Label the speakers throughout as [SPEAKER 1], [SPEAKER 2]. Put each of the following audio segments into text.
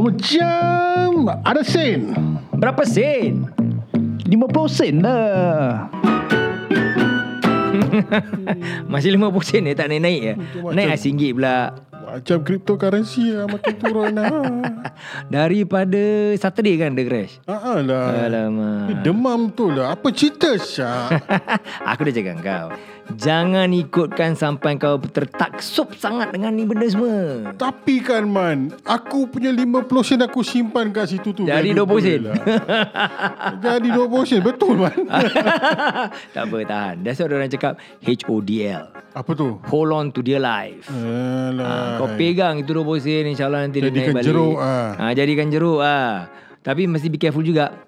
[SPEAKER 1] macam ada sen.
[SPEAKER 2] Berapa sen? 50 sen lah Masih 50 sen dia tak naik-naik ya Naik lah RM1 pula
[SPEAKER 1] Macam cryptocurrency lah makin turun lah.
[SPEAKER 2] Daripada Saturday kan dia crash
[SPEAKER 1] Haa lah.
[SPEAKER 2] Alamak.
[SPEAKER 1] Demam tu lah. Apa cerita Syah?
[SPEAKER 2] Aku dah cakap kau Jangan ikutkan sampai kau tertaksub sangat dengan ni benda semua
[SPEAKER 1] Tapi kan Man Aku punya 50 sen aku simpan kat situ tu
[SPEAKER 2] Jadi
[SPEAKER 1] Value
[SPEAKER 2] 20 sen.
[SPEAKER 1] tu lah. Jadi 20 sen Betul Man
[SPEAKER 2] Tak apa tahan That's why orang cakap HODL
[SPEAKER 1] Apa tu?
[SPEAKER 2] Hold on to their life
[SPEAKER 1] Alah
[SPEAKER 2] Ha, kau pegang itu 20 sen InsyaAllah nanti
[SPEAKER 1] Ah, Jadikan
[SPEAKER 2] dia naik balik
[SPEAKER 1] jeruk, ah.
[SPEAKER 2] ha, Jadikan jeruk ha. Tapi mesti be careful juga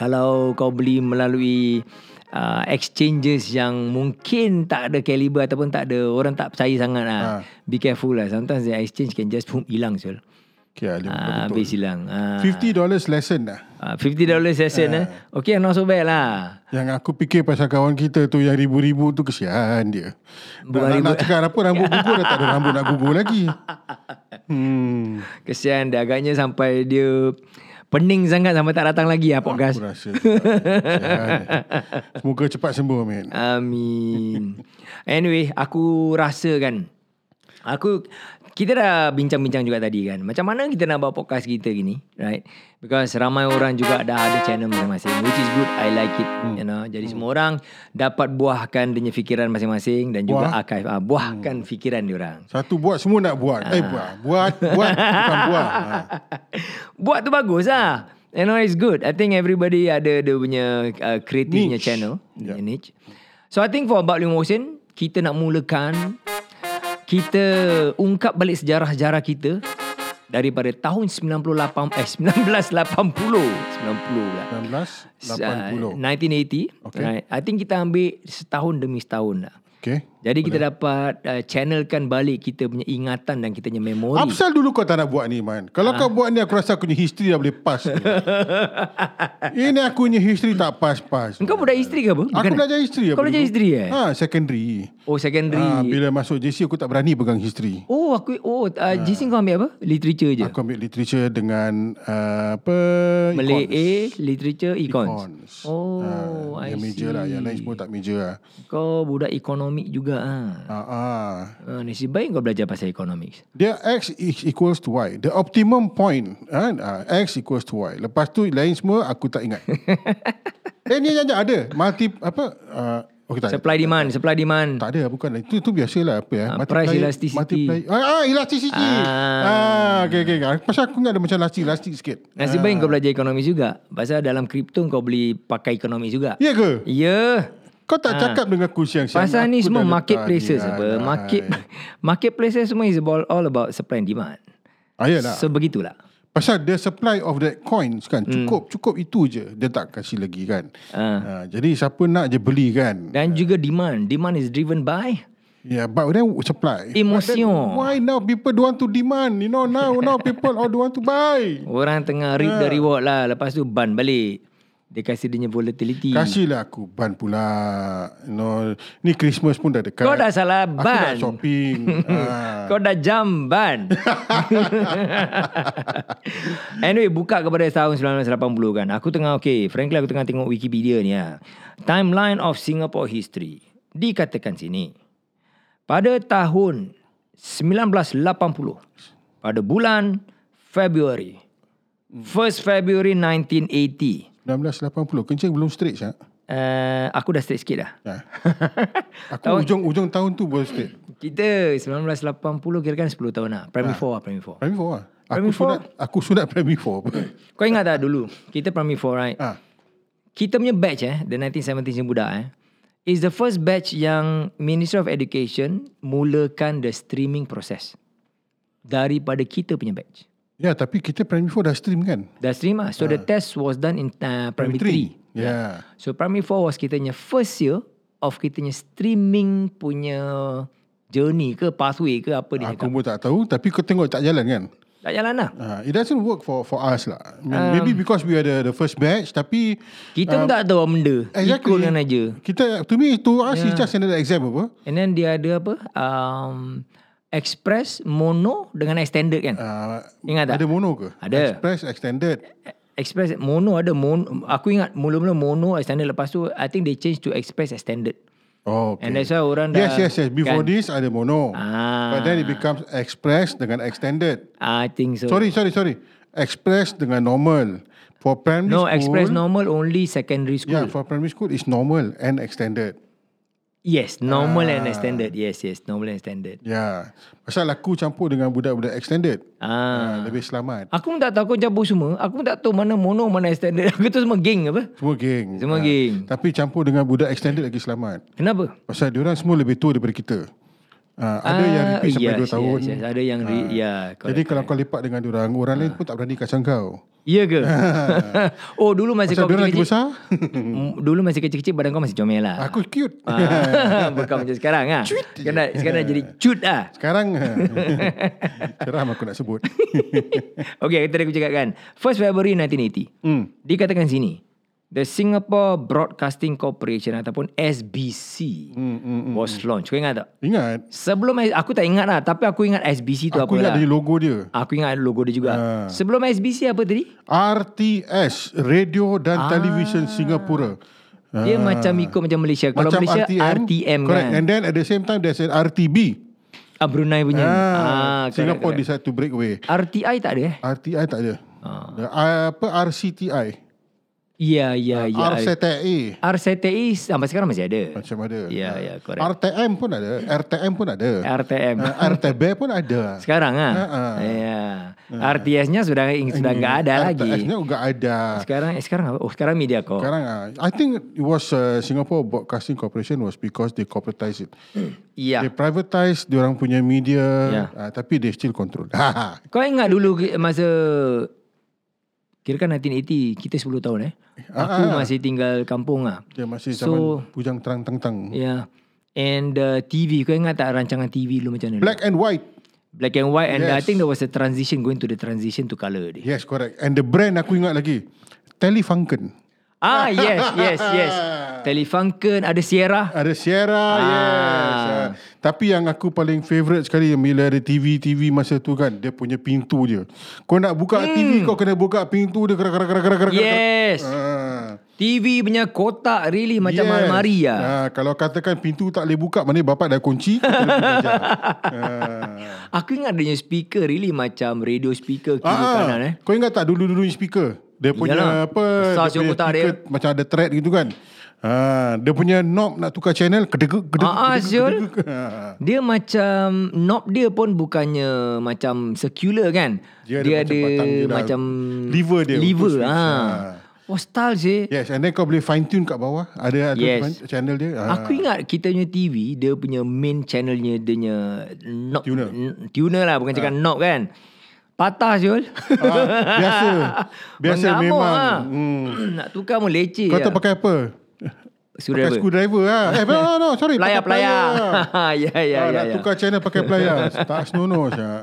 [SPEAKER 2] Kalau kau beli melalui uh, Exchanges yang mungkin tak ada kaliber Ataupun tak ada Orang tak percaya sangat ha.
[SPEAKER 1] Ah.
[SPEAKER 2] Be careful lah Sometimes the exchange can just boom, hilang Syul
[SPEAKER 1] Okay lah
[SPEAKER 2] ha,
[SPEAKER 1] betul.
[SPEAKER 2] Habis hilang ha.
[SPEAKER 1] $50 dollars lesson lah
[SPEAKER 2] Ah, $50 session eh. Okay not so bad lah
[SPEAKER 1] yang aku fikir pasal kawan kita tu yang ribu-ribu tu kesian dia.
[SPEAKER 2] Bukan
[SPEAKER 1] Nak, nak,
[SPEAKER 2] ribu.
[SPEAKER 1] nak cakap apa rambut gugur dah tak ada rambut nak gugur lagi. Hmm.
[SPEAKER 2] Kesian dia agaknya sampai dia Pening sangat sampai tak datang lagi lah podcast
[SPEAKER 1] Aku rasa. kesian. Semoga cepat sembuh Amin.
[SPEAKER 2] Amin. anyway, aku rasa kan aku kita dah bincang-bincang juga tadi kan. Macam mana kita nak buat podcast kita gini, right? Because ramai orang juga dah ada channel masing-masing which is good. I like it, you know. Jadi semua orang dapat buahkan dia punya fikiran masing-masing dan juga
[SPEAKER 1] Buah?
[SPEAKER 2] archive ah, buahkan fikiran dia orang.
[SPEAKER 1] Satu buat semua nak buat. Eh buat. Buat. Buat. Bukan buat. Ha.
[SPEAKER 2] Buat tu bagus lah. You know it's good. I think everybody ada dia punya uh, creative-nya
[SPEAKER 1] Niche.
[SPEAKER 2] channel.
[SPEAKER 1] Yeah.
[SPEAKER 2] Niche. So I think for about Lim Hussein, kita nak mulakan kita ungkap balik sejarah-sejarah kita daripada tahun 98 eh 1980 90 lah.
[SPEAKER 1] 1980.
[SPEAKER 2] 1980.
[SPEAKER 1] Okay.
[SPEAKER 2] Right. I think kita ambil setahun demi setahun lah.
[SPEAKER 1] Okay.
[SPEAKER 2] Jadi kita dapat uh, channelkan balik kita punya ingatan dan kita punya memori.
[SPEAKER 1] Apsal dulu kau tak nak buat ni man Kalau
[SPEAKER 2] Ha.
[SPEAKER 1] kau buat ni Aku rasa aku punya history Dah boleh pass ni. Ini aku punya history Tak pass-pass
[SPEAKER 2] Engkau budak isteri ke apa?
[SPEAKER 1] Aku
[SPEAKER 2] Bukan.
[SPEAKER 1] belajar history
[SPEAKER 2] Kau belajar history eh?
[SPEAKER 1] Ha secondary
[SPEAKER 2] Oh secondary.
[SPEAKER 1] ha, Bila masuk JC Aku tak berani pegang history
[SPEAKER 2] Oh aku oh uh, JC kau ambil apa? Literature je.
[SPEAKER 1] Ah. Aku ambil literature dengan uh, Apa
[SPEAKER 2] Malay
[SPEAKER 1] econs.
[SPEAKER 2] A, literature, econs.
[SPEAKER 1] Econs.
[SPEAKER 2] Oh,
[SPEAKER 1] Ah,
[SPEAKER 2] I
[SPEAKER 1] Yang major
[SPEAKER 2] see.
[SPEAKER 1] lah Yang lain semua tak major lah
[SPEAKER 2] Kau budak ekonomik juga ah.
[SPEAKER 1] ha, ah.
[SPEAKER 2] Ha. nasib baik kau belajar pasal economics.
[SPEAKER 1] Dia X is equals to Y The optimum point ha, ah, X equals to Y Lepas tu lain semua Aku tak ingat Eh ni ada ada Multi Apa uh, Okay tak ada
[SPEAKER 2] Supply demand, supply demand.
[SPEAKER 1] Tak ada bukan Itu tu biasalah apa ya.
[SPEAKER 2] Ah, price elasticity.
[SPEAKER 1] Ah, ah elasticity. Ah, ah okey okey. Pasal aku ingat ada macam elastik elastik sikit.
[SPEAKER 2] Nasib
[SPEAKER 1] Ah.
[SPEAKER 2] baik kau belajar ekonomis juga. Pasal dalam kripto kau boleh pakai ekonomi juga.
[SPEAKER 1] Ya ke?
[SPEAKER 2] Ya. Yeah.
[SPEAKER 1] Kau tak cakap dengan aku siang-siang.
[SPEAKER 2] Ah. Pasal ni
[SPEAKER 1] Aku
[SPEAKER 2] semua
[SPEAKER 1] dah
[SPEAKER 2] marketplaces
[SPEAKER 1] letak lah.
[SPEAKER 2] apa?
[SPEAKER 1] ni,
[SPEAKER 2] Market marketplaces semua is all, all about supply and demand.
[SPEAKER 1] Ah, yalah.
[SPEAKER 2] So begitulah.
[SPEAKER 1] Pasal the supply of that coins kan
[SPEAKER 2] Hmm.
[SPEAKER 1] cukup cukup itu je dia tak kasih lagi kan. Ah. jadi siapa nak je beli kan.
[SPEAKER 2] Dan juga demand. Demand is driven by
[SPEAKER 1] Yeah, but then supply.
[SPEAKER 2] emotion.
[SPEAKER 1] Why now people don't want to demand? You know now now people all don't want to buy.
[SPEAKER 2] Orang tengah reap the reward lah. Lepas tu ban balik. Dia kasi dia punya volatility.
[SPEAKER 1] Kasihlah aku ban pula. You know, ni Christmas pun dah dekat.
[SPEAKER 2] Kau dah salah
[SPEAKER 1] Aku nak
[SPEAKER 2] ban.
[SPEAKER 1] shopping. ha.
[SPEAKER 2] Kau dah jam ban. anyway, buka kepada tahun 1980 kan. Aku tengah, okay. Frankly, aku tengah tengok Wikipedia ni lah. Timeline of Singapore History. Dikatakan sini. Pada tahun 1980. Pada bulan Februari. 1st February 1980.
[SPEAKER 1] 1980. Kencing belum straight Syak.
[SPEAKER 2] Uh, aku dah straight sikit dah.
[SPEAKER 1] Ha. Aku ujung-ujung tahun tu baru straight.
[SPEAKER 2] Kita 1980 kira kan 10 tahun lah. Primary 4 lah, primary 4.
[SPEAKER 1] Primary 4 lah. Aku
[SPEAKER 2] Primary four?
[SPEAKER 1] sunat, aku sunat primary 4.
[SPEAKER 2] Kau ingat tak dulu? Kita primary 4 right?
[SPEAKER 1] ha.
[SPEAKER 2] Kita punya batch eh, the 1970s yang budak eh. Is the first batch yang Ministry of Education mulakan the streaming proses. Daripada kita punya batch.
[SPEAKER 1] Ya, tapi kita primary 4 dah stream kan?
[SPEAKER 2] Dah stream lah. So the test was done in uh, primary 3.
[SPEAKER 1] Ya. Yeah.
[SPEAKER 2] So primary 4 was kitanya first year of kitanya streaming punya journey ke pathway ke apa
[SPEAKER 1] Aku
[SPEAKER 2] dia cakap.
[SPEAKER 1] pun tak tahu. Tapi kau tengok tak jalan kan?
[SPEAKER 2] Tak jalan lah.
[SPEAKER 1] Ha. It doesn't work for for us lah. I mean, maybe
[SPEAKER 2] Um.
[SPEAKER 1] because we are the, the first batch. Tapi...
[SPEAKER 2] Kita
[SPEAKER 1] Um,
[SPEAKER 2] pun tak tahu apa benda. Ikut kan aja.
[SPEAKER 1] Kita, to me, to us, yeah. it's just another exam apa.
[SPEAKER 2] And then dia ada apa? Um, express, mono dengan extended kan?
[SPEAKER 1] Uh,
[SPEAKER 2] Ingat tak?
[SPEAKER 1] Ada mono ke?
[SPEAKER 2] Ada.
[SPEAKER 1] Express, extended.
[SPEAKER 2] Express mono ada mono. Aku ingat mula-mula mono extended lepas tu I think they change to express extended.
[SPEAKER 1] Oh, okay.
[SPEAKER 2] And that's why orang dah
[SPEAKER 1] Yes, yes, yes. Before
[SPEAKER 2] kan?
[SPEAKER 1] this ada mono.
[SPEAKER 2] Ah.
[SPEAKER 1] But then it becomes express dengan extended.
[SPEAKER 2] I think so.
[SPEAKER 1] Sorry, sorry, sorry. Express dengan normal. For primary
[SPEAKER 2] No,
[SPEAKER 1] school.
[SPEAKER 2] express normal only secondary school.
[SPEAKER 1] Yeah, for primary school is normal and extended.
[SPEAKER 2] Yes, normal
[SPEAKER 1] Ah.
[SPEAKER 2] and extended. Yes, yes, normal and extended.
[SPEAKER 1] Yeah. Ya. Pasal aku campur dengan budak-budak extended.
[SPEAKER 2] Ah.
[SPEAKER 1] Ah, lebih selamat.
[SPEAKER 2] Aku pun tak tahu aku campur semua. Aku pun tak tahu mana mono, mana extended. Aku tu semua geng apa?
[SPEAKER 1] Semua geng.
[SPEAKER 2] Semua geng.
[SPEAKER 1] Tapi campur dengan budak extended lagi selamat.
[SPEAKER 2] Kenapa?
[SPEAKER 1] Pasal diorang semua lebih tua daripada kita. Ah, ada yang
[SPEAKER 2] Ah,
[SPEAKER 1] repeat sampai 2
[SPEAKER 2] yes, yes,
[SPEAKER 1] tahun. Ah.
[SPEAKER 2] Yes, Ah. Ada yang re, ya.
[SPEAKER 1] Jadi kalau kau lepak dengan diorang, orang lain pun tak berani kacau kau.
[SPEAKER 2] Iya ke? oh, dulu masih
[SPEAKER 1] Pasal
[SPEAKER 2] kau
[SPEAKER 1] diorang lagi
[SPEAKER 2] kecil-kecil.
[SPEAKER 1] besar,
[SPEAKER 2] Mm, Dulu masih kecil-kecil badan kau masih comel lah.
[SPEAKER 1] aku cute.
[SPEAKER 2] Ah, Bukan macam sekarang ah. Sekarang, sekarang jadi cut ah.
[SPEAKER 1] Sekarang, ah, seram aku nak sebut.
[SPEAKER 2] okay, tadi aku cakap kan. 1 Februari 1980.
[SPEAKER 1] Hmm.
[SPEAKER 2] Dikatakan sini. The Singapore Broadcasting Corporation ataupun SBC
[SPEAKER 1] Hmm,
[SPEAKER 2] was launched. Kau ingat tak?
[SPEAKER 1] Ingat,
[SPEAKER 2] Sebelum aku tak ingat lah tapi aku ingat SBC tu
[SPEAKER 1] aku
[SPEAKER 2] apa lah.
[SPEAKER 1] ingat Ah. dari logo dia.
[SPEAKER 2] Aku ingat ada logo dia juga. Sebelum SBC apa tadi?
[SPEAKER 1] RTS, Radio dan
[SPEAKER 2] Ah.
[SPEAKER 1] Television Singapura. Ah.
[SPEAKER 2] Dia macam ikut macam Malaysia. Kalau
[SPEAKER 1] Macam
[SPEAKER 2] Malaysia RTM,
[SPEAKER 1] Correct.
[SPEAKER 2] kan.
[SPEAKER 1] And then at the same time there's an RTB.
[SPEAKER 2] Ah, Brunei punya.
[SPEAKER 1] Ah,
[SPEAKER 2] correct,
[SPEAKER 1] Singapore
[SPEAKER 2] correct.
[SPEAKER 1] decide to break way.
[SPEAKER 2] RTI tak ada eh?
[SPEAKER 1] RTI tak ada. The, ah, apa RCTI?
[SPEAKER 2] Ya, ya, ya.
[SPEAKER 1] RCTI.
[SPEAKER 2] RCTI sampai sekarang masih ada.
[SPEAKER 1] Macam ada.
[SPEAKER 2] Ya, ya, correct.
[SPEAKER 1] RTM pun ada. RTM pun ada.
[SPEAKER 2] RTM.
[SPEAKER 1] Ah, RTB pun ada.
[SPEAKER 2] Sekarang ah.
[SPEAKER 1] Ah, ah.
[SPEAKER 2] Ya. RTS-nya sudah sudah enggak ada lagi.
[SPEAKER 1] RTS-nya juga ada.
[SPEAKER 2] Sekarang eh, sekarang apa? Oh, sekarang media kok.
[SPEAKER 1] Sekarang ah, I think it was uh, Singapore Broadcasting Corporation was because they corporatize it. They
[SPEAKER 2] Iya.
[SPEAKER 1] privatize diorang punya media
[SPEAKER 2] Ya.
[SPEAKER 1] ah, tapi they still control. Ha
[SPEAKER 2] Kau ingat dulu ke- masa kira kan 1980 kita 10 tahun eh.
[SPEAKER 1] Ah,
[SPEAKER 2] Aku masih tinggal kampung ah.
[SPEAKER 1] Dia masih zaman
[SPEAKER 2] So-
[SPEAKER 1] bujang terang tentang.
[SPEAKER 2] Ya. And uh, TV kau ingat tak rancangan TV dulu macam mana?
[SPEAKER 1] Black and white.
[SPEAKER 2] Black and white and uh, I
[SPEAKER 1] Yes.
[SPEAKER 2] think there was a transition going to the transition to color dia.
[SPEAKER 1] Yes, correct. And the brand aku ingat lagi. Telefunken.
[SPEAKER 2] Ah yes yes yes. Telefunken ada Sierra.
[SPEAKER 1] Ada Sierra, ah. yes. Ah, tapi yang aku paling favourite sekali yang bila ada TV-TV masa tu kan, dia punya pintu dia. Kau nak buka hmm. TV, kau kena buka pintu dia kerak kerak kerak kerak kerak.
[SPEAKER 2] Yes.
[SPEAKER 1] Ah.
[SPEAKER 2] TV punya kotak really macam yes. almari lah.
[SPEAKER 1] Ah, kalau katakan pintu tak boleh buka, mana bapak dah kunci. kita boleh belajar. Ah.
[SPEAKER 2] Aku ingat adanya speaker really macam radio speaker kiri
[SPEAKER 1] Ah,
[SPEAKER 2] kanan eh.
[SPEAKER 1] Kau ingat tak dulu-dulu ni speaker? Dia punya
[SPEAKER 2] Iyalah.
[SPEAKER 1] apa?
[SPEAKER 2] Besar
[SPEAKER 1] Dia punya
[SPEAKER 2] siapa tak
[SPEAKER 1] speaker macam ada thread gitu kan. Ah, dia punya knob nak tukar channel kedegek kedegek.
[SPEAKER 2] Ah, ah,
[SPEAKER 1] kedegek,
[SPEAKER 2] Syul.
[SPEAKER 1] kedegek. Ah.
[SPEAKER 2] Dia macam knob dia pun bukannya macam circular kan.
[SPEAKER 1] Dia ada macam batang dia dah.
[SPEAKER 2] macam
[SPEAKER 1] Lever dia
[SPEAKER 2] Lever
[SPEAKER 1] untuk switch.
[SPEAKER 2] ha. Oh style je.
[SPEAKER 1] Yes, and then kau boleh fine tune kat bawah. Ada ada
[SPEAKER 2] Yes.
[SPEAKER 1] fan- channel dia. Ah.
[SPEAKER 2] Aku ingat kita punya TV Dia punya main channelnya Dia punya knob,
[SPEAKER 1] Tuner.
[SPEAKER 2] n- Tuner lah Bukan cakap knob kan Patah Syul
[SPEAKER 1] Ah, biasa. Biasa
[SPEAKER 2] Mengamuk,
[SPEAKER 1] memang.
[SPEAKER 2] ha.
[SPEAKER 1] Hmm.
[SPEAKER 2] Nak tukar pun leceh
[SPEAKER 1] Kau
[SPEAKER 2] je.
[SPEAKER 1] tak pakai apa? Pakai
[SPEAKER 2] ya. Screwdriver
[SPEAKER 1] screwdriver lah. Eh, no, no, no, sorry.
[SPEAKER 2] Pelayar,
[SPEAKER 1] pakai
[SPEAKER 2] pelayar. ya, ya,
[SPEAKER 1] Ah,
[SPEAKER 2] ya.
[SPEAKER 1] nak
[SPEAKER 2] ya.
[SPEAKER 1] tukar channel pakai pelayar. tak senonoh Syak.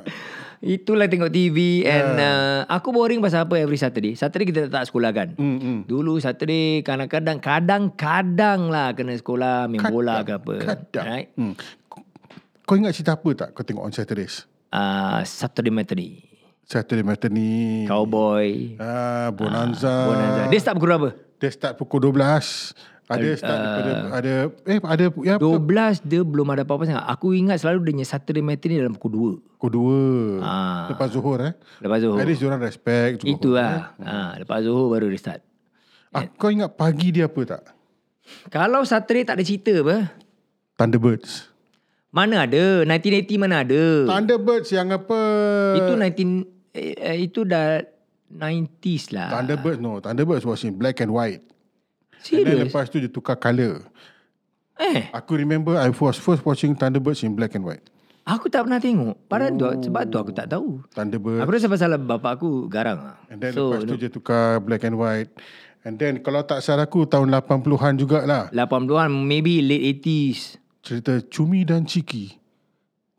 [SPEAKER 2] Itulah tengok TV
[SPEAKER 1] Ah.
[SPEAKER 2] and uh, aku boring pasal apa every Saturday. Saturday kita tak sekolah kan.
[SPEAKER 1] Hmm, hmm.
[SPEAKER 2] Dulu Saturday kadang-kadang kadang-kadang lah kena sekolah main bola ke apa.
[SPEAKER 1] Kadang.
[SPEAKER 2] Right?
[SPEAKER 1] Hmm. Kau- Kau ingat cerita apa tak kau tengok on Saturdays?
[SPEAKER 2] Uh, Saturday Materi.
[SPEAKER 1] Saturday Matinee.
[SPEAKER 2] Hmm. Cowboy.
[SPEAKER 1] Ah, Bonanza.
[SPEAKER 2] Bonanza. Dia start pukul berapa?
[SPEAKER 1] Dia start pukul 12. Ada ah. start daripada ada eh ada ya apa?
[SPEAKER 2] 12 dia belum ada apa-apa sangat. Aku ingat selalu dia punya Saturday Materi dalam pukul
[SPEAKER 1] Pukul 2.
[SPEAKER 2] 2. Ah,
[SPEAKER 1] Lepas Zuhur eh.
[SPEAKER 2] lepas Zuhur.
[SPEAKER 1] At least diorang respect Zuhur.
[SPEAKER 2] Itulah. Ha, lepas Zuhur baru dia start.
[SPEAKER 1] Ah, kau ingat pagi dia apa tak?
[SPEAKER 2] Kalau Saturday tak ada cerita apa?
[SPEAKER 1] Thunderbirds.
[SPEAKER 2] Mana ada? 1980 mana ada?
[SPEAKER 1] Thunderbirds yang apa?
[SPEAKER 2] Itu 19 eh, eh, itu dah 90s
[SPEAKER 1] Ya.
[SPEAKER 2] lah.
[SPEAKER 1] Thunderbirds no. Thunderbirds was in black and white. And then
[SPEAKER 2] Serius?
[SPEAKER 1] lepas tu dia tukar colour.
[SPEAKER 2] Eh,
[SPEAKER 1] Aku remember I was first watching Thunderbirds in black and white.
[SPEAKER 2] aku tak pernah tengok. Padahal tu, sebab tu aku tak tahu.
[SPEAKER 1] Thunderbirds.
[SPEAKER 2] Apa tu pasal bapak aku garang lah.
[SPEAKER 1] And then Ah. so,
[SPEAKER 2] So,
[SPEAKER 1] lepas tu dia tukar black and white. And then kalau tak salah aku tahun 80-an jugalah.
[SPEAKER 2] 80-an, maybe late 80s.
[SPEAKER 1] Cerita Cumi dan Ciki.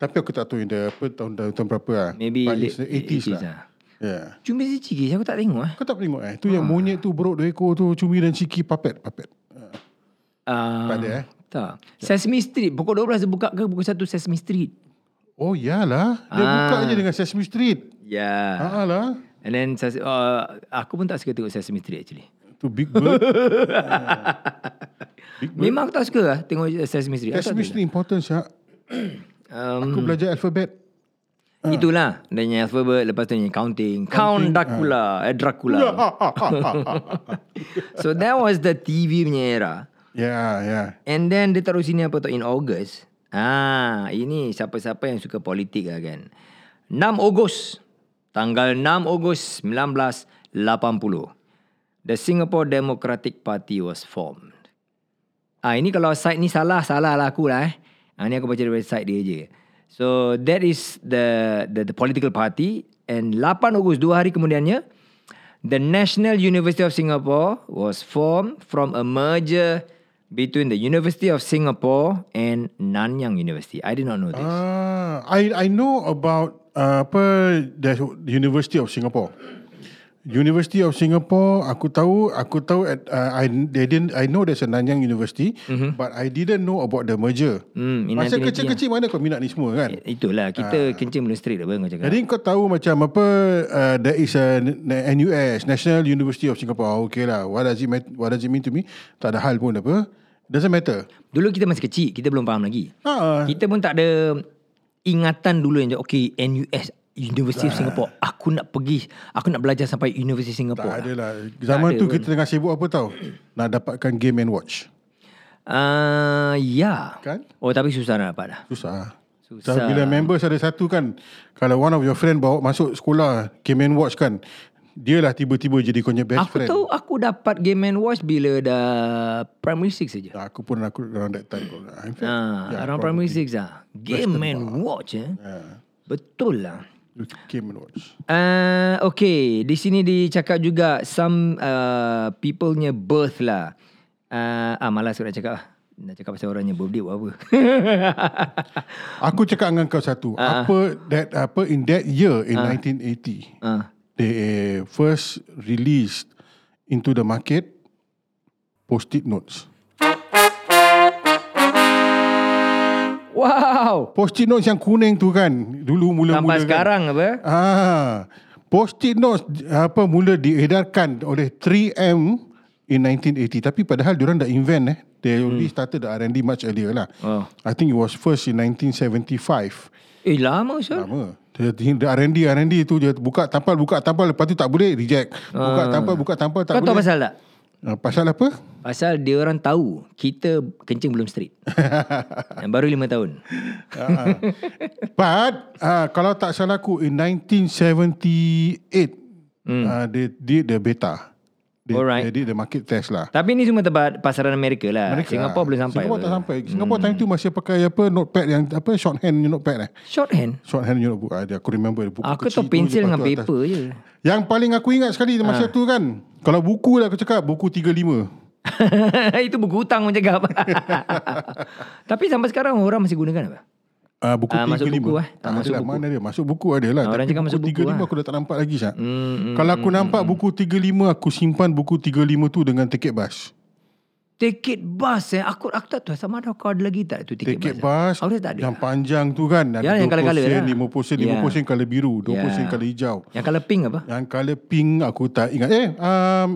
[SPEAKER 1] Tapi aku tak tahu yang dia apa tahun tahun, tahun berapa lah.
[SPEAKER 2] Maybe
[SPEAKER 1] But
[SPEAKER 2] late
[SPEAKER 1] it's the 80s,
[SPEAKER 2] 80s,
[SPEAKER 1] lah.
[SPEAKER 2] lah.
[SPEAKER 1] Yeah.
[SPEAKER 2] Cuma si Cikis aku tak tengok eh.
[SPEAKER 1] Kau tak tengok eh? Tu yang monyet tu beruk dua ekor tu Cumi dan Ciki papet papet.
[SPEAKER 2] Uh,
[SPEAKER 1] Tak ada, eh?
[SPEAKER 2] Ah. Tak. Sesame Street. Pukul 12 dia buka ke pukul 1 Sesame Street.
[SPEAKER 1] Oh yalah. Dia
[SPEAKER 2] Ah.
[SPEAKER 1] buka je dengan Sesame Street.
[SPEAKER 2] Yeah.
[SPEAKER 1] Ha lah.
[SPEAKER 2] Ya. And then Sas- uh, aku pun tak suka tengok Sesame Street actually.
[SPEAKER 1] Tu Big Bird.
[SPEAKER 2] Memang aku tak suka lah tengok Sesame Street. Aku tak
[SPEAKER 1] Sesame
[SPEAKER 2] suka.
[SPEAKER 1] Street important syak.
[SPEAKER 2] Um,
[SPEAKER 1] Aku belajar alfabet.
[SPEAKER 2] Itulah. Dan yang alphabet, lepas tu yang counting. Count Dracula. Eh, Dracula.
[SPEAKER 1] Ha ha ha ha.
[SPEAKER 2] so that was the TV punya era.
[SPEAKER 1] Ya ya.
[SPEAKER 2] And then dia taruh sini apa tu in August. Ah, ini siapa-siapa yang suka politik lah kan. 6 Ogos. Tanggal 6 Ogos 1980. The Singapore Democratic Party was formed. Ah, ini kalau site ni salah, salah lah aku lah eh. Ah, ni aku baca daripada site dia je. So that is the the, the political party and 8 Ogos dua hari kemudiannya the National University of Singapore was formed from a merger between the University of Singapore and Nanyang University. I did not know this.
[SPEAKER 1] Ah, I I know about uh, apa the University of Singapore. University of Singapore, aku tahu, aku tahu at uh, I they didn't I know there's a Nanyang University, mm-hmm. but I didn't know about the merger.
[SPEAKER 2] Hmm, in
[SPEAKER 1] Masa
[SPEAKER 2] 1980,
[SPEAKER 1] kecil-kecil mana kau minat ni semua kan?
[SPEAKER 2] Itulah kita kencing belum straight apa yang kau cakap.
[SPEAKER 1] Jadi kau tahu macam apa uh, there is a N- NUS National University of Singapore. Okay lah. What does it mat- what does it mean to me? Tak ada hal pun apa. Doesn't matter.
[SPEAKER 2] Dulu kita masih kecil, kita belum faham lagi.
[SPEAKER 1] Ha.
[SPEAKER 2] Kita pun tak ada ingatan dulu yang okay NUS University of Singapore. Aku nak pergi, aku nak belajar sampai
[SPEAKER 1] Lah.
[SPEAKER 2] University
[SPEAKER 1] Tak
[SPEAKER 2] Singapore.
[SPEAKER 1] ada lah. Zaman
[SPEAKER 2] ada
[SPEAKER 1] tu
[SPEAKER 2] pun.
[SPEAKER 1] kita tengah sibuk apa tahu? Nak dapatkan game and watch.
[SPEAKER 2] Ah, ya.
[SPEAKER 1] Kan?
[SPEAKER 2] Oh, tapi susah nak dapat dah.
[SPEAKER 1] Susah.
[SPEAKER 2] Susah.
[SPEAKER 1] Dah bila members ada satu kan, kalau one of your friend bawa masuk sekolah game and watch kan, dia lah tiba-tiba jadi kau punya best
[SPEAKER 2] Aku
[SPEAKER 1] friend.
[SPEAKER 2] tahu aku dapat Game and Watch bila dah primary 6 saja.
[SPEAKER 1] Ya, aku pun aku around that time. kot. In fact,
[SPEAKER 2] Ha,
[SPEAKER 1] yeah,
[SPEAKER 2] yeah, around
[SPEAKER 1] probably
[SPEAKER 2] primary 6 ah. Game and Watch eh.
[SPEAKER 1] Yeah.
[SPEAKER 2] Betul lah.
[SPEAKER 1] Game and watch.
[SPEAKER 2] Uh, okay, di sini dicakap juga some uh, people-nya birth lah. Uh, ah, malas aku nak cakap lah. Nak cakap pasal orangnya birthday buat apa.
[SPEAKER 1] Aku cakap dengan kau satu. Uh-huh.
[SPEAKER 2] Ah.
[SPEAKER 1] Apa that apa in that year in uh. 1980
[SPEAKER 2] uh,
[SPEAKER 1] they eh, first released into the market post-it notes.
[SPEAKER 2] wow!
[SPEAKER 1] Post-it notes yang kuning tu kan dulu mula-mula
[SPEAKER 2] Sampai
[SPEAKER 1] kan.
[SPEAKER 2] sekarang apa?
[SPEAKER 1] Ah, post-it notes apa mula diedarkan oleh 3M in 1980 tapi padahal diorang dah invent eh they
[SPEAKER 2] Hmm.
[SPEAKER 1] only started the R&D much earlier lah
[SPEAKER 2] Oh.
[SPEAKER 1] I think it was first in 1975
[SPEAKER 2] Eh, lama Syul.
[SPEAKER 1] Lama. Dia, dia R&D R&D tu dia buka tampal buka tampal lepas tu tak boleh reject. Buka tampal buka tampal tak
[SPEAKER 2] Ah. Kau tahu
[SPEAKER 1] boleh.
[SPEAKER 2] pasal tak?
[SPEAKER 1] Ah, pasal apa?
[SPEAKER 2] Pasal dia orang tahu kita kencing belum straight. Yang baru lima tahun.
[SPEAKER 1] But uh, kalau tak salah aku in 1978 mm. uh, they did the beta. They,
[SPEAKER 2] Hmm. Alright.
[SPEAKER 1] they did the market test lah.
[SPEAKER 2] Tapi ni semua tempat pasaran Amerika lah. Amerika Singapore
[SPEAKER 1] Ah,
[SPEAKER 2] belum sampai. Hmm.
[SPEAKER 1] Singapore
[SPEAKER 2] apa.
[SPEAKER 1] tak sampai. Singapore time tu masih pakai apa notepad yang apa shorthand notepad eh.
[SPEAKER 2] Shorthand.
[SPEAKER 1] Shorthand notebook. Ah, dia- aku remember dia buku
[SPEAKER 2] Aku
[SPEAKER 1] kecil
[SPEAKER 2] tahu
[SPEAKER 1] tu,
[SPEAKER 2] pensil
[SPEAKER 1] lepas
[SPEAKER 2] dengan
[SPEAKER 1] tu atas-
[SPEAKER 2] paper Ah. je.
[SPEAKER 1] Yang paling aku ingat sekali masa tu kan kalau buku lah aku cakap buku 35.
[SPEAKER 2] Itu buku hutang macam cakap. Tapi sampai sekarang orang masih gunakan apa?
[SPEAKER 1] Uh, buku
[SPEAKER 2] Ah,
[SPEAKER 1] uh, 35
[SPEAKER 2] masuk buku, eh?
[SPEAKER 1] Tak
[SPEAKER 2] Ah,
[SPEAKER 1] ada
[SPEAKER 2] masuk
[SPEAKER 1] lah
[SPEAKER 2] buku.
[SPEAKER 1] Mana dia Masuk buku ada lah
[SPEAKER 2] Ah, Hmm, orang
[SPEAKER 1] Tapi
[SPEAKER 2] cakap masuk buku
[SPEAKER 1] buku 35
[SPEAKER 2] lah.
[SPEAKER 1] aku dah tak nampak lagi Syah mm, Kalau aku nampak
[SPEAKER 2] hmm.
[SPEAKER 1] buku 35 Aku simpan buku 35 tu Dengan tiket bas
[SPEAKER 2] Tiket bas eh. Aku aku tak tahu sama ada kau ada lagi tak tu tiket,
[SPEAKER 1] Tiket
[SPEAKER 2] bas.
[SPEAKER 1] bas
[SPEAKER 2] Aku dah tak ada.
[SPEAKER 1] Yang panjang tu kan Ada
[SPEAKER 2] Yalah, yang colour-colour
[SPEAKER 1] sen
[SPEAKER 2] lah. Ya.
[SPEAKER 1] 50 sen 50
[SPEAKER 2] Yeah.
[SPEAKER 1] sen colour biru 20 sen
[SPEAKER 2] Yeah.
[SPEAKER 1] colour hijau
[SPEAKER 2] Yang colour pink apa?
[SPEAKER 1] Yang colour pink Aku tak ingat Eh um,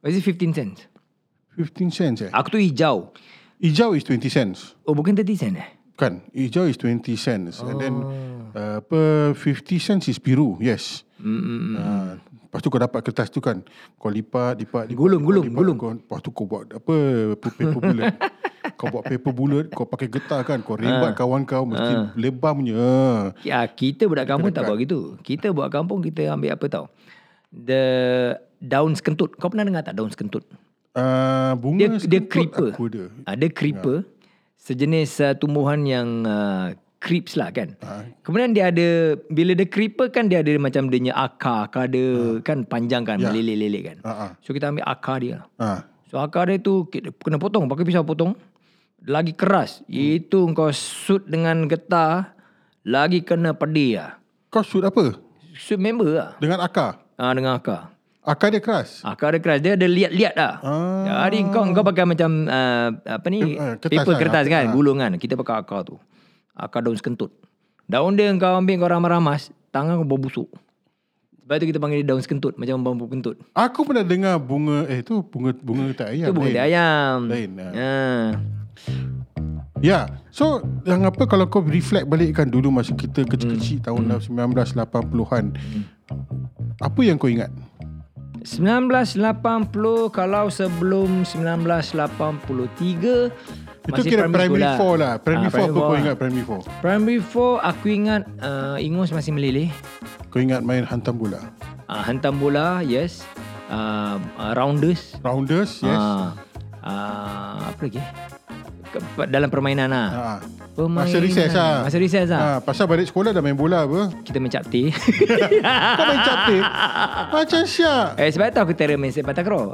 [SPEAKER 2] Or is it 15 cents?
[SPEAKER 1] 15 cents eh
[SPEAKER 2] Aku tu hijau.
[SPEAKER 1] Hijau is 20 cents
[SPEAKER 2] Oh bukan 30 cents eh?
[SPEAKER 1] Kan Hijau is 20 cents And then
[SPEAKER 2] Oh.
[SPEAKER 1] uh, apa 50 cents is biru Yes
[SPEAKER 2] Mm-mm.
[SPEAKER 1] Ha, lepas tu kau dapat kertas tu kan Kau lipat, lipat, lipat
[SPEAKER 2] Gulung,
[SPEAKER 1] lipat,
[SPEAKER 2] gulung,
[SPEAKER 1] lipat,
[SPEAKER 2] gulung.
[SPEAKER 1] Kau, lepas tu kau buat apa Paper bullet Kau buat paper bullet Kau pakai getah kan Kau
[SPEAKER 2] Ah.
[SPEAKER 1] rembat kawan kau Mesti lebamnya
[SPEAKER 2] Ya, kita budak kampung tak buat gitu. Kita buat kampung kita ambil apa tau? The daun sekentut. Kau pernah dengar tak daun sekentut?
[SPEAKER 1] uh, Bunga
[SPEAKER 2] Dia dia
[SPEAKER 1] sekentut
[SPEAKER 2] creeper.
[SPEAKER 1] Aku ada Ya.
[SPEAKER 2] Ada creeper. Sejenis uh, tumbuhan yang uh, creeps lah kan.
[SPEAKER 1] Ha.
[SPEAKER 2] Kemudian dia ada bila dia creeper kan dia ada macam dia punya akar, akar dia kan panjang kan, melilit-lilit kan.
[SPEAKER 1] ha, ha,
[SPEAKER 2] So kita ambil akar dia. lah.
[SPEAKER 1] ha.
[SPEAKER 2] So akar dia tu kita kena potong pakai pisau potong. Lagi keras. Itu kau shoot dengan getah lagi kena pedih lah.
[SPEAKER 1] Kau shoot apa?
[SPEAKER 2] Shoot member lah.
[SPEAKER 1] Dengan akar
[SPEAKER 2] Ah dengan akar.
[SPEAKER 1] Akar dia keras
[SPEAKER 2] Akar dia keras. Dia ada liat-liat lah.
[SPEAKER 1] Ah.
[SPEAKER 2] Jadi kau, kau pakai macam uh, apa
[SPEAKER 1] Eh,
[SPEAKER 2] ni?
[SPEAKER 1] eh, kertas
[SPEAKER 2] Kertas paper
[SPEAKER 1] lah.
[SPEAKER 2] kertas kan.
[SPEAKER 1] Ah.
[SPEAKER 2] Gulung kan. Kita pakai akar tu. Akar daun sekentut. Daun dia kau ambil kau ramas-ramas, tangan kau bau busuk. Sebab tu kita panggil dia daun sekentut, macam bambu kentut.
[SPEAKER 1] Aku pernah dengar bunga eh tu bunga bunga tak ayam.
[SPEAKER 2] Itu bunga
[SPEAKER 1] lain.
[SPEAKER 2] dia ayam.
[SPEAKER 1] Lain, ah.
[SPEAKER 2] Ha.
[SPEAKER 1] Ya. So, yang apa kalau kau reflect balikkan dulu masa kita
[SPEAKER 2] Hmm.
[SPEAKER 1] kecil-kecil tahun 1980-an. Apa yang kau ingat?
[SPEAKER 2] 1980 kalau sebelum 1983
[SPEAKER 1] Itu
[SPEAKER 2] masih
[SPEAKER 1] kira primary
[SPEAKER 2] school
[SPEAKER 1] 4 lah. Primary
[SPEAKER 2] Ah,
[SPEAKER 1] 4 apa kau
[SPEAKER 2] lah.
[SPEAKER 1] ingat primary 4?
[SPEAKER 2] Primary 4 aku ingat uh, Ingus masih meleleh.
[SPEAKER 1] Kau ingat main hantam bola.
[SPEAKER 2] Uh, hantam bola, yes. Uh, uh, rounders.
[SPEAKER 1] Rounders, yes.
[SPEAKER 2] Uh, uh, apa lagi? eh? Ke- Dalam permainan lah.
[SPEAKER 1] Ha.
[SPEAKER 2] Permainan.
[SPEAKER 1] Masa recess lah.
[SPEAKER 2] Masa recess lah.
[SPEAKER 1] Ha, pasal balik sekolah dah main bola apa?
[SPEAKER 2] Kita mencap teh.
[SPEAKER 1] Kau main capit. Macam syak.
[SPEAKER 2] Eh sebab tu aku terror main sepak takraw.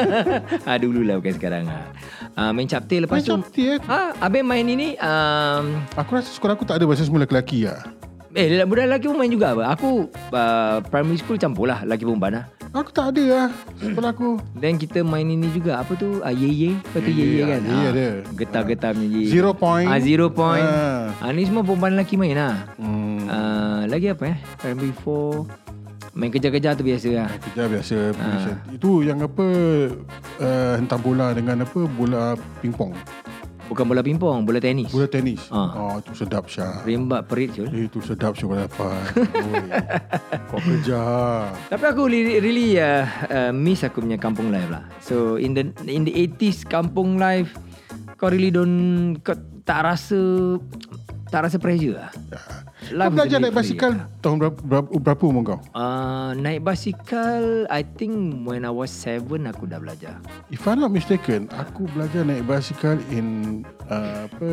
[SPEAKER 2] ah dululah bukan sekarang ah. Ah main capte
[SPEAKER 1] Main
[SPEAKER 2] lepas tu.
[SPEAKER 1] capit eh.
[SPEAKER 2] Ah abang main ini um,
[SPEAKER 1] Aku rasa sekolah aku tak ada bahasa semula lelaki lah.
[SPEAKER 2] eh lelaki budak lelaki pun main juga apa? Aku uh, primary school campur lah lelaki perempuan lah.
[SPEAKER 1] Aku tak ada lah sekolah aku.
[SPEAKER 2] Then kita main ini juga apa tu? Ah ye ye, apa tu ye
[SPEAKER 1] Ye Ye,
[SPEAKER 2] ye
[SPEAKER 1] ah,
[SPEAKER 2] kan?
[SPEAKER 1] Ye Ye ada.
[SPEAKER 2] Getar-getar punya ye.
[SPEAKER 1] Zero point.
[SPEAKER 2] Ah zero point.
[SPEAKER 1] Ah.
[SPEAKER 2] Ah, ni semua perempuan lelaki main lah.
[SPEAKER 1] Hmm.
[SPEAKER 2] Ah, lagi apa eh? Primary 4 main kejar-kejar tu biasa lah.
[SPEAKER 1] Kejar biasa ha. Itu yang apa uh, Hentam bola dengan apa Bola pingpong
[SPEAKER 2] Bukan bola pingpong, bola tenis.
[SPEAKER 1] Bola tenis
[SPEAKER 2] Ah.
[SPEAKER 1] ha. Oh itu sedap Syah
[SPEAKER 2] Rembat perit Syul.
[SPEAKER 1] Eh, Itu sedap syukur dapat Oi. Kau kerja ah.
[SPEAKER 2] Tapi aku really, really uh, uh, miss aku punya kampung life lah. So in the in the 80s kampung life kau really don't kau tak rasa tak rasa pressure lah.
[SPEAKER 1] Ya. Kau
[SPEAKER 2] is
[SPEAKER 1] belajar
[SPEAKER 2] really
[SPEAKER 1] naik
[SPEAKER 2] free.
[SPEAKER 1] basikal Tahun berapa, berapa, berapa umur kau?
[SPEAKER 2] Uh, naik basikal I think when I was seven aku dah belajar.
[SPEAKER 1] If I'm not mistaken Aku belajar naik basikal In uh, Apa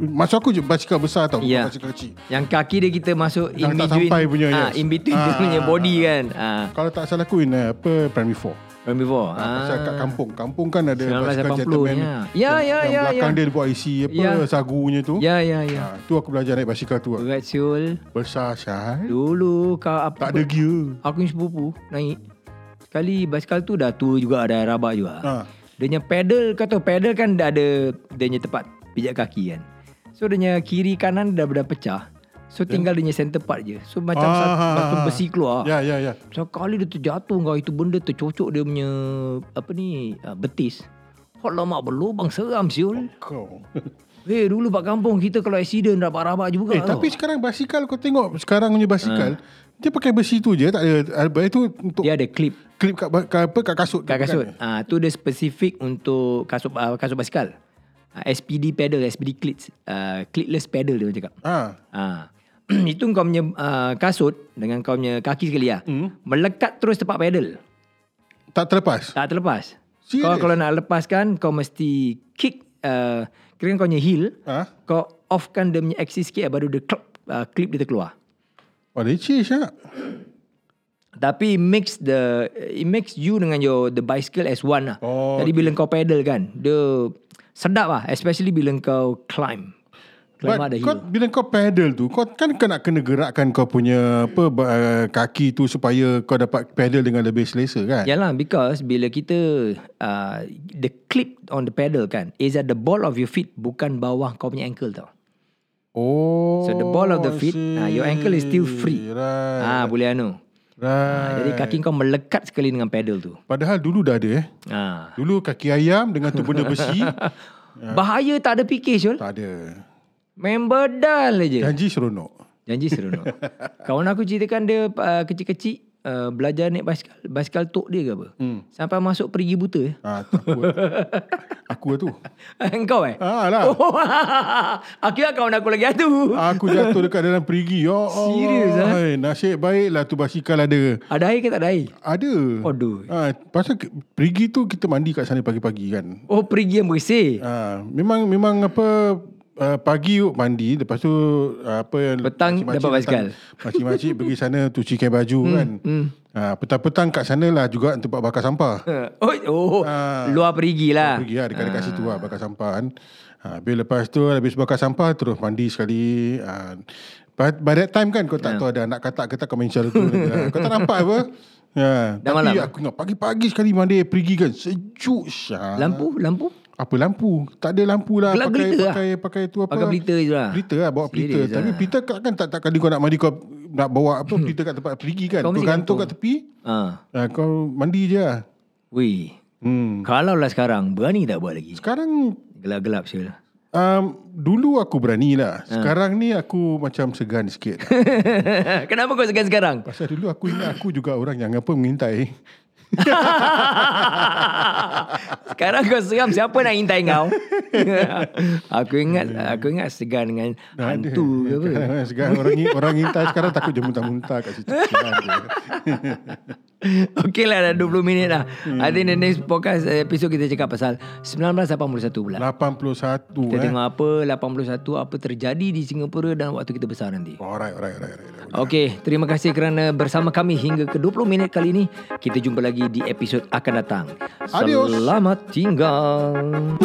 [SPEAKER 1] Masa aku je basikal besar tau
[SPEAKER 2] Ya.
[SPEAKER 1] Bukan basikal kecil
[SPEAKER 2] Yang kaki dia kita masuk in
[SPEAKER 1] Yang tak
[SPEAKER 2] between
[SPEAKER 1] sampai punya,
[SPEAKER 2] ah,
[SPEAKER 1] yes.
[SPEAKER 2] in between dia
[SPEAKER 1] Ah.
[SPEAKER 2] punya body kan. Ah,
[SPEAKER 1] Kalau tak salah aku in uh, apa primary 4.
[SPEAKER 2] remember before.
[SPEAKER 1] Ah. Pasal kat kampung. Kampung kan ada
[SPEAKER 2] 1980 nya.
[SPEAKER 1] Ya
[SPEAKER 2] Ya, ya,
[SPEAKER 1] yang
[SPEAKER 2] ya,
[SPEAKER 1] belakang
[SPEAKER 2] ya.
[SPEAKER 1] dia buat isi apa
[SPEAKER 2] Ya.
[SPEAKER 1] sagunya tu.
[SPEAKER 2] Ya ya ya.
[SPEAKER 1] Ha, tu aku belajar naik basikal tu. lah.
[SPEAKER 2] Berat Syul.
[SPEAKER 1] Besar Syahid.
[SPEAKER 2] Dulu kau apa
[SPEAKER 1] Hmm? Tak ada gear.
[SPEAKER 2] Hmm. Aku ni sepupu Naik Sekali basikal tu dah tua juga Dah rabak juga ha.
[SPEAKER 1] Ha.
[SPEAKER 2] Dia punya pedal Kau tahu pedal kan dah ada Dia punya tempat Pijak kaki kan So dia punya kiri kanan dah, dah pecah So tinggal dia punya center part je So macam
[SPEAKER 1] Ah,
[SPEAKER 2] satu,
[SPEAKER 1] ah,
[SPEAKER 2] batu
[SPEAKER 1] ah.
[SPEAKER 2] besi keluar
[SPEAKER 1] Ya, ya, ya.
[SPEAKER 2] So kali dia terjatuh kau Itu benda tercocok dia punya Apa ni uh, Betis Alamak berlubang seram siul
[SPEAKER 1] Kau.
[SPEAKER 2] Weh dulu pak kampung kita kalau accident rabak-rabak juga
[SPEAKER 1] eh, tapi sekarang basikal kau tengok sekarang punya basikal
[SPEAKER 2] Ah.
[SPEAKER 1] dia pakai besi tu je tak ada apa itu untuk
[SPEAKER 2] Dia ada clip
[SPEAKER 1] klip kat, ba- kat apa kat kasut. tu,
[SPEAKER 2] Ya. Kat kasut.
[SPEAKER 1] bukan?
[SPEAKER 2] Ah tu dia spesifik untuk kasut ah, kasut basikal. Ah, SPD pedal, SPD cleats, ah, cleatless pedal dia orang cakap.
[SPEAKER 1] Ha.
[SPEAKER 2] Ah itu kau punya ah, kasut dengan kau punya kaki sekali lah. Hmm. Melekat terus tempat pedal.
[SPEAKER 1] Tak terlepas.
[SPEAKER 2] Tak terlepas.
[SPEAKER 1] Serious?
[SPEAKER 2] Kau kalau nak lepaskan kau mesti kick ah, kira kau punya heel.
[SPEAKER 1] Ha.
[SPEAKER 2] Kau offkan dia punya axis sikit baru dia clip, ah, clip dia terkeluar.
[SPEAKER 1] Oh, leceh Syah.
[SPEAKER 2] Tapi it makes the it makes you dengan your the bicycle as one lah.
[SPEAKER 1] Oh,
[SPEAKER 2] Jadi bila kau pedal kan, dia sedap lah especially bila kau climb. Climb
[SPEAKER 1] But
[SPEAKER 2] up the
[SPEAKER 1] kau,
[SPEAKER 2] hill.
[SPEAKER 1] bila kau pedal tu Kau kan kena kena gerakkan Kau punya apa ba- uh, Kaki tu Supaya kau dapat pedal Dengan lebih selesa kan
[SPEAKER 2] Yalah because bila kita uh, the clip on the pedal kan is at the ball of your feet bukan bawah kau punya ankle tau.
[SPEAKER 1] Oh
[SPEAKER 2] So the ball of the feet,
[SPEAKER 1] I see.
[SPEAKER 2] ah, your ankle is still free.
[SPEAKER 1] Right,
[SPEAKER 2] Ah boleh anu.
[SPEAKER 1] right.
[SPEAKER 2] Ah, jadi kaki
[SPEAKER 1] Eh.
[SPEAKER 2] kau melekat sekali dengan pedal tu.
[SPEAKER 1] Padahal dulu dah ada eh
[SPEAKER 2] Ah.
[SPEAKER 1] Dulu kaki ayam Dengan tu benda besi Eh.
[SPEAKER 2] Bahaya tak ada fikir Syul.
[SPEAKER 1] Tak ada
[SPEAKER 2] Member dal je.
[SPEAKER 1] Janji seronok
[SPEAKER 2] Janji seronok. Kawan aku ceritakan dia uh, kecil-kecil uh, belajar naik basikal. Basikal tok dia ke apa. Hmm. Sampai masuk perigi buta.
[SPEAKER 1] ah, tu Aku Aku lah tu
[SPEAKER 2] Engkau eh?
[SPEAKER 1] ah, lah.
[SPEAKER 2] Oh, akhirnya kawan aku lagi satu.
[SPEAKER 1] Aku jatuh dekat dalam perigi Ya Allah
[SPEAKER 2] Serius, ah?
[SPEAKER 1] Hai, Nasib baiklah tu basikal ada
[SPEAKER 2] Ada air ke tak ada air?
[SPEAKER 1] Ada
[SPEAKER 2] Aduh.
[SPEAKER 1] Ah, pasal ke- perigi tu kita mandi kat sana pagi-pagi kan.
[SPEAKER 2] Oh, perigi yang bersih.
[SPEAKER 1] Ah, memang memang apa uh, pagi yuk mandi lepas tu uh, apa yang
[SPEAKER 2] Petang
[SPEAKER 1] makcik-makcik
[SPEAKER 2] dapat basikal.
[SPEAKER 1] datang, Makcik-makcik pergi sana cucikan baju kan. Hmm. Ah, petang-petang kat sana lah juga tempat bakar sampah.
[SPEAKER 2] Oh, oh
[SPEAKER 1] Ah.
[SPEAKER 2] luar perigi lah.
[SPEAKER 1] Pergi lah dekat-dekat situ lah bakar sampah kan. Ah, habis lepas tu habis bakar sampah terus mandi sekali. Ah, by, by that time kan kau
[SPEAKER 2] Ah.
[SPEAKER 1] tak tahu ada anak katak ke tak kau main cara tu. Ah, kau tak nampak apa. Ya, tapi
[SPEAKER 2] Dah malam.
[SPEAKER 1] aku ingat pagi-pagi sekali mandi pergi kan sejuk Syah.
[SPEAKER 2] Lampu, lampu.
[SPEAKER 1] Apa lampu? Tak ada lampu lah.
[SPEAKER 2] Gelap
[SPEAKER 1] pakai,
[SPEAKER 2] gelita lah.
[SPEAKER 1] pakai, pakai tu apa?
[SPEAKER 2] Pakai pelita je lah.
[SPEAKER 1] Pelita lah, bawa pelita.
[SPEAKER 2] Serious
[SPEAKER 1] Tapi
[SPEAKER 2] lah. Hmm.
[SPEAKER 1] pelita kat kan tak, tak kali kau nak mandi kau nak bawa apa pelita kat tempat perigi kan.
[SPEAKER 2] Kau
[SPEAKER 1] Kau,
[SPEAKER 2] mesti
[SPEAKER 1] gantung
[SPEAKER 2] gantung.
[SPEAKER 1] kat tepi,
[SPEAKER 2] Ha.
[SPEAKER 1] ah, kau mandi je lah.
[SPEAKER 2] Wih.
[SPEAKER 1] Hmm.
[SPEAKER 2] Kalau lah sekarang, berani tak buat lagi?
[SPEAKER 1] Sekarang
[SPEAKER 2] Gelap-gelap sial.
[SPEAKER 1] um, dulu aku berani lah.
[SPEAKER 2] Ah.
[SPEAKER 1] Sekarang ni aku macam segan sikit.
[SPEAKER 2] Kenapa kau segan sekarang?
[SPEAKER 1] Pasal dulu aku ingat aku juga orang yang apa mengintai.
[SPEAKER 2] Sekarang kau seram siapa nak intai kau? aku ingat aku ingat segan dengan hantu ke apa.
[SPEAKER 1] Sekarang, sekarang orang ni- orang intai sekarang takut dia muntah-muntah kat situ. Sial dia.
[SPEAKER 2] Okey lah dah 20 minit dah.
[SPEAKER 1] Hmm.
[SPEAKER 2] I think the next podcast episode kita cakap pasal 1981 pula.
[SPEAKER 1] 81
[SPEAKER 2] Kita
[SPEAKER 1] eh.
[SPEAKER 2] tengok apa 81 apa terjadi di Singapura dan waktu kita besar nanti.
[SPEAKER 1] Alright, alright, alright, alright.
[SPEAKER 2] Okey, terima kasih kerana bersama kami hingga ke 20 minit kali ini. Kita jumpa lagi di episod akan datang.
[SPEAKER 1] Adios.
[SPEAKER 2] Selamat tinggal.